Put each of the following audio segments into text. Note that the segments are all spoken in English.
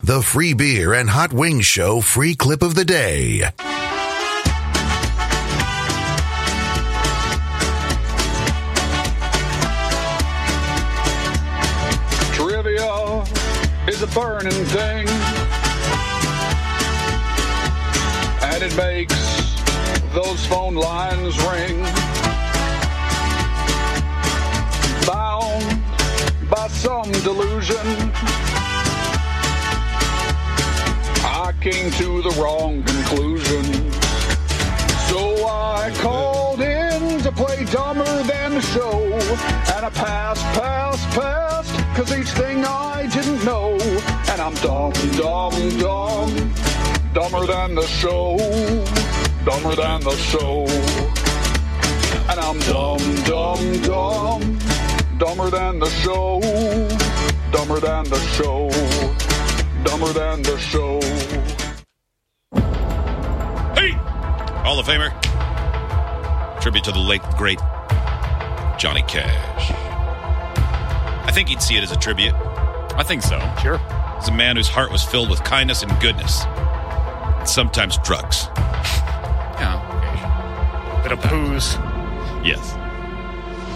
The Free Beer and Hot Wings Show free clip of the day. Trivia is a burning thing. And it makes those phone lines ring. Bound by some delusion. I came to the wrong conclusion. So I called in to play dumber than the show. And I passed, passed, passed, cause each thing I didn't know. And I'm dumb, dumb, dumb, dumber than the show, dumber than the show. And I'm dumb, dumb, dumb, dumber than the show, dumber than the show, dumber than the show. Hey! Hall of Famer. Tribute to the late, great Johnny Cash. I think he'd see it as a tribute. I think so. Sure. He's a man whose heart was filled with kindness and goodness, and sometimes drugs. Yeah. Okay. Bit of booze. Yes.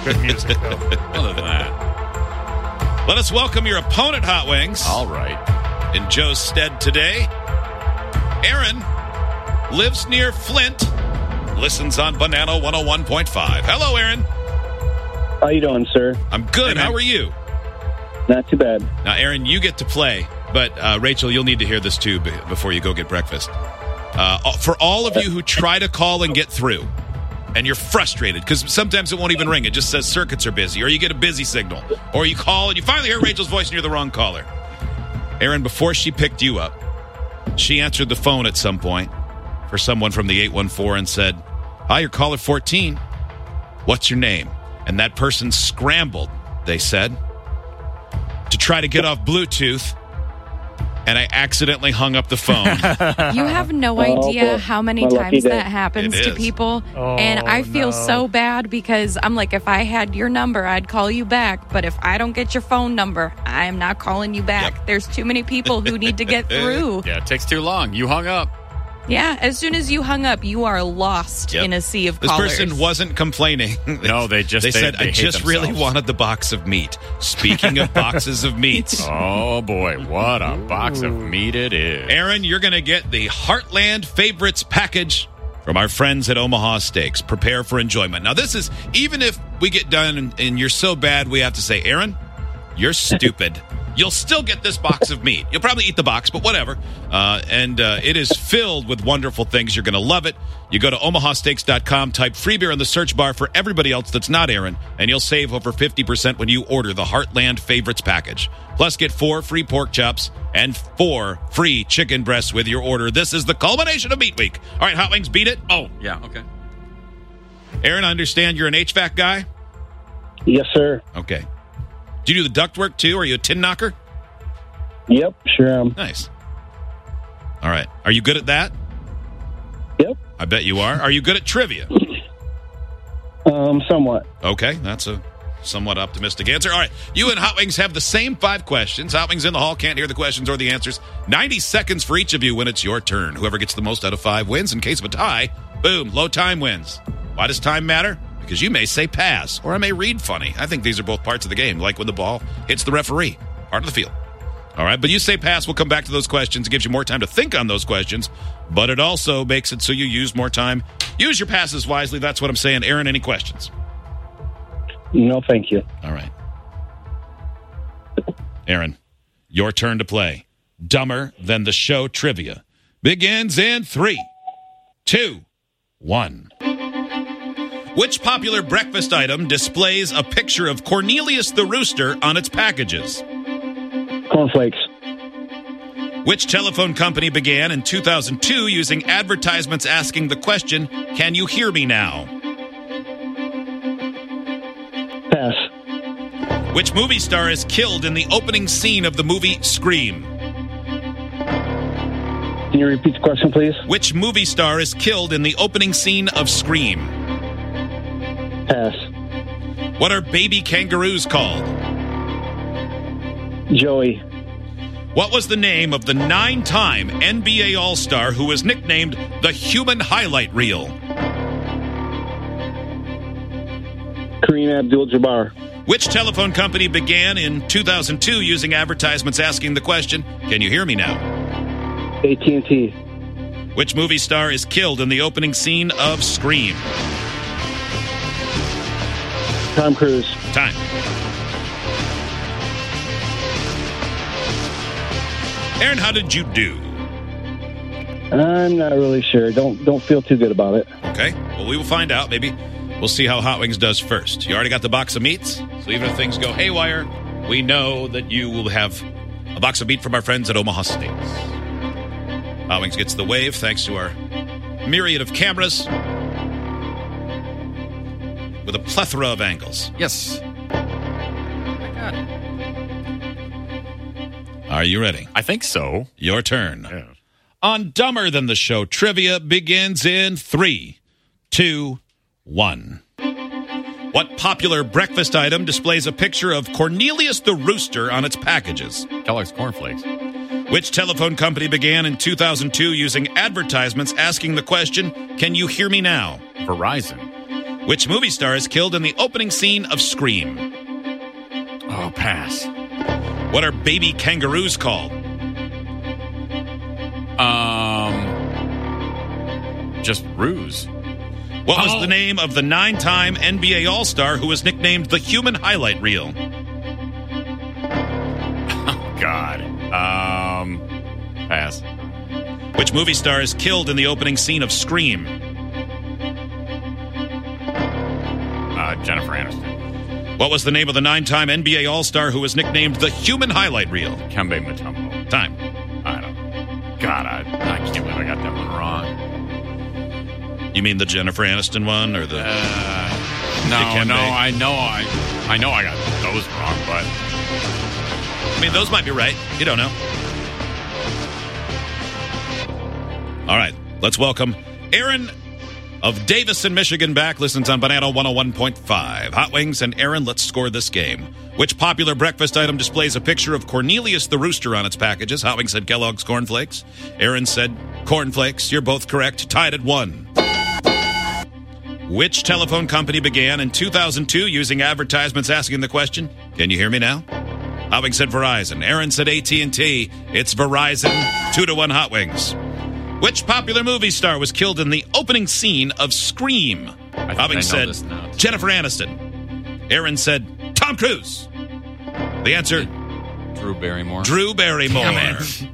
Good music, though. Other than that. Let us welcome your opponent, Hot Wings. All right. in Joe's stead today. Aaron lives near Flint, listens on oh Banana 101.5. Hello, Aaron. How you doing, sir? I'm good. Hey, man. How are you? Not too bad. Now, Aaron, you get to play, but uh, Rachel, you'll need to hear this too be- before you go get breakfast. Uh, for all of you who try to call and get through, and you're frustrated because sometimes it won't even ring. It just says circuits are busy, or you get a busy signal, or you call and you finally hear Rachel's voice and you're the wrong caller. Aaron, before she picked you up, she answered the phone at some point for someone from the 814 and said, Hi, you're caller 14. What's your name? And that person scrambled, they said, to try to get off Bluetooth. And I accidentally hung up the phone. You have no Oh, idea boy. how many My lucky times day. that happens It to is. people. Oh, and I feel no. so bad because I'm like, if I had your number, I'd call you back. But if I don't get your phone number, I am not calling you back. There's too many people who need to get through. Yeah, it takes too long. You hung up. yeah, as soon as you hung up, you are lost Yep. in a sea of This callers. person wasn't complaining. No, they just- they, they- said they I hate just really themselves." wanted the box of meat. Speaking of boxes of meats, Oh, boy. What a box of meat it is. Aaron, you're going to get the Heartland Favorites package from our friends at Omaha Steaks. Prepare for enjoyment. Now, this is even if we get done and, and you're so bad, we have to say, Aaron, you're stupid. You'll still get this box of meat. You'll probably eat the box, but whatever. Uh, and uh, it is filled with wonderful things. You're going to love it. You go to omahasteaks.com, type free beer in the search bar for everybody else that's not Aaron, and you'll save over 50% when you order the Heartland Favorites package. Plus, get four free pork chops and four free chicken breasts with your order. This is the culmination of Meat Week. All right, Hot Wings, beat it. Oh, Yeah, okay. Aaron, I understand you're an HVAC guy. Yes, sir. Okay. Do you do the ductwork too? Are you a tin knocker? Yep, sure. Um, Nice. All right. Are you good at that? yep. I bet you are. Are you good at trivia? Um, somewhat. Okay, that's a somewhat optimistic answer. All right, you and Hot Wings have the same five questions. Hot Wings in the hall can't hear the questions or the answers. 90 seconds for each of you when it's your turn. Whoever gets the most out of five wins. In case of a tie, boom, low time wins. Why does time matter? Because you may say pass, or I may read funny. I think these are both parts of the game, like when the ball hits the referee, part of the field. All right, but you say pass. We'll come back to those questions. It gives you more time to think on those questions, but it also makes it so you use more time. Use your passes wisely. That's what I'm saying. Aaron, any questions? No, thank you. All right. Aaron, your turn to play. Dumber than the show trivia begins in three, two, one. Which popular breakfast item displays a picture of Cornelius the Rooster on its packages? Cornflakes. Which telephone company began in 2002 using advertisements asking the question, Can you hear me now? Pass. Which movie star is killed in the opening scene of the movie Scream? Can you repeat the question, please? Which movie star is killed in the opening scene of Scream? Pass. What are baby kangaroos called? Joey. What was the name of the nine time NBA All Star who was nicknamed the Human Highlight Reel? Kareem Abdul-Jabbar. Which telephone company began in 2002 using advertisements asking the question, Can you hear me now? AT&T. Which movie star is killed in the opening scene of Scream? Tom Cruise. Time. Aaron, how did you do? I'm not really sure. Don't don't feel too good about it. Okay. Well, we will find out. Maybe we'll see how Hot Wings does first. You already got the box of meats, so even if things go haywire, we know that you will have a box of meat from our friends at Omaha Steaks. Hot Wings gets the wave thanks to our myriad of cameras with a plethora of angles. Yes. Oh my God. Are you ready? I think so. Your turn. On Dumber Than the Show, trivia begins in three, two, one. What popular breakfast item displays a picture of Cornelius the Rooster on its packages? Kellogg's cornflakes. Which telephone company began in 2002 using advertisements asking the question, Can you hear me now? Verizon. Which movie star is killed in the opening scene of Scream? Oh, pass. What are baby kangaroos called? Um, just ruse. What was Oh. the name of the nine time NBA All Star who was nicknamed the Human Highlight Reel? God. Um, pass. Which movie star is killed in the opening scene of Scream? Uh, Jennifer Aniston. What was the name of the nine time NBA All Star who was nicknamed the Human Highlight Reel? Kembe Mutombo. Time. I don't. God, I, I can't believe I got that one wrong. You mean the Jennifer Aniston one or the. Uh, no, Dikembe. no, I know, I, I know, I got those wrong, but I mean, those might be right. You don't know. All right, let's welcome Aaron of Davison, Michigan back. Listens on Banana 101.5. Hot Wings and Aaron, let's score this game. Which popular breakfast item displays a picture of Cornelius the Rooster on its packages? Hot Wings said Kellogg's cornflakes. Aaron said cornflakes. You're both correct. Tied at one. Which telephone company began in 2002 using advertisements asking the question, Can you hear me now? Hot Wings said Verizon. Aaron said AT&T. It's Verizon. Two to one Hot Wings. Which popular movie star was killed in the opening scene of Scream? think Hot Wings I know said this now. Jennifer Aniston. Aaron said Tom Cruise. The answer, Drew Barrymore. Drew Barrymore. Damn it.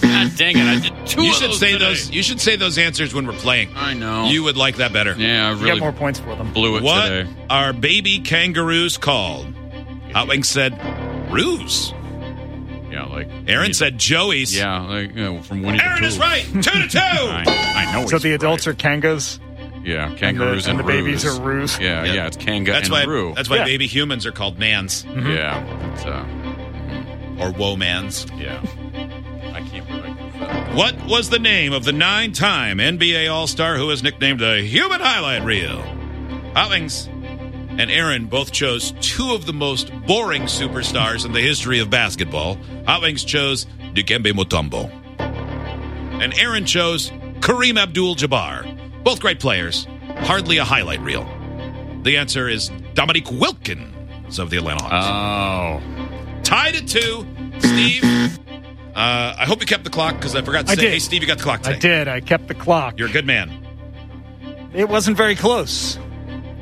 God dang it! I did two. You of should those say today. those. You should say those answers when we're playing. I know. You would like that better. Yeah, I You really got more points for them. blew it What today. are baby kangaroos called? Hot Wings said ruse. Yeah, like Aaron yeah, said Joey's. Yeah, like you know, from Winnie. Aaron the is Pooh. right. Two to I, two. I know. So he's the adults right. are kangas, yeah, and the, kangaroos and the babies roos. are roos. Yeah, Yeah. yeah, it's Kanga That's and why. Roo. That's why Yeah. baby humans are called mans Mm-hmm. Yeah, it's, uh, or womans. yeah. I can't believe I did that. What was the name of the nine-time NBA All-Star who is nicknamed the Human Highlight Reel? Hollings and Aaron both chose two of the most boring superstars in the history of basketball. Hollings chose Dikembe Mutombo, and Aaron chose Kareem Abdul-Jabbar. Both great players, hardly a highlight reel. The answer is Dominique Wilkins of the Atlanta Hawks. Oh, tied at two. Steve, uh, I hope you kept the clock because I forgot to I say, did. hey, Steve, you got the clock today. I did. I kept the clock. You're a good man. It wasn't very close.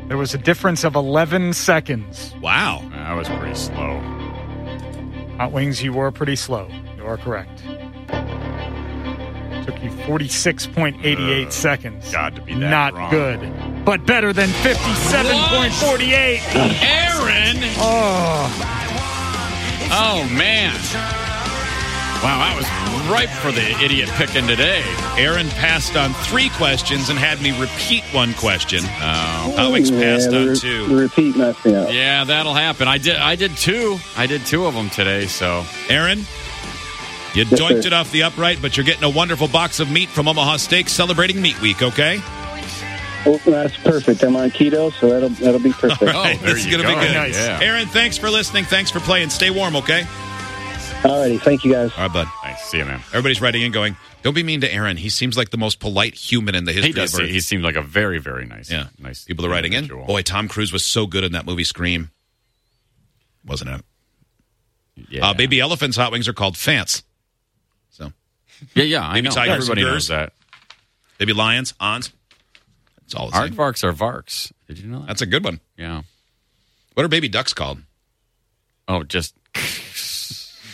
There was a difference of 11 seconds. Wow. I was pretty slow. Hot Wings, you were pretty slow. You are correct. Took you 46.88 seconds. God, to be that Not wrong. good, but better than 57.48. Aaron! Oh, Oh, man. Wow, I was ripe for the idiot picking today. Aaron passed on three questions and had me repeat one question. Uh, Oh. Alex Yeah, passed the on re- two. the repeat messed me up. Yeah, that'll happen. I did. I did two. I did two of them today. So Aaron, you Yes, doinked sir. it off the upright, but you're getting a wonderful box of meat from Omaha Steaks celebrating Meat Week, okay? Oh, that's perfect. I'm on keto, so that'll that'll be perfect. All Oh, right. there this is you going to be go. good. Nice. Yeah. Aaron, thanks for listening. Thanks for playing. Stay warm, okay? Alrighty, thank you guys. All right, bud. nice. See you, man. Everybody's writing in going, don't be mean to Aaron. He seems like the most polite human in the history He does. of Earth. He, he seemed like a very, very nice. yeah. Nice. People are writing in. individual. Boy, Tom Cruise was so good in that movie Scream. Wasn't it? Yeah. Uh, baby elephants' hot wings are called fants. So Yeah, yeah. I know. tigers and Everybody gers. knows that. baby lions, aunts. It's all the same. Aardvarks are varks. Did you know that? That's a good one. yeah. What are baby ducks called? Oh, just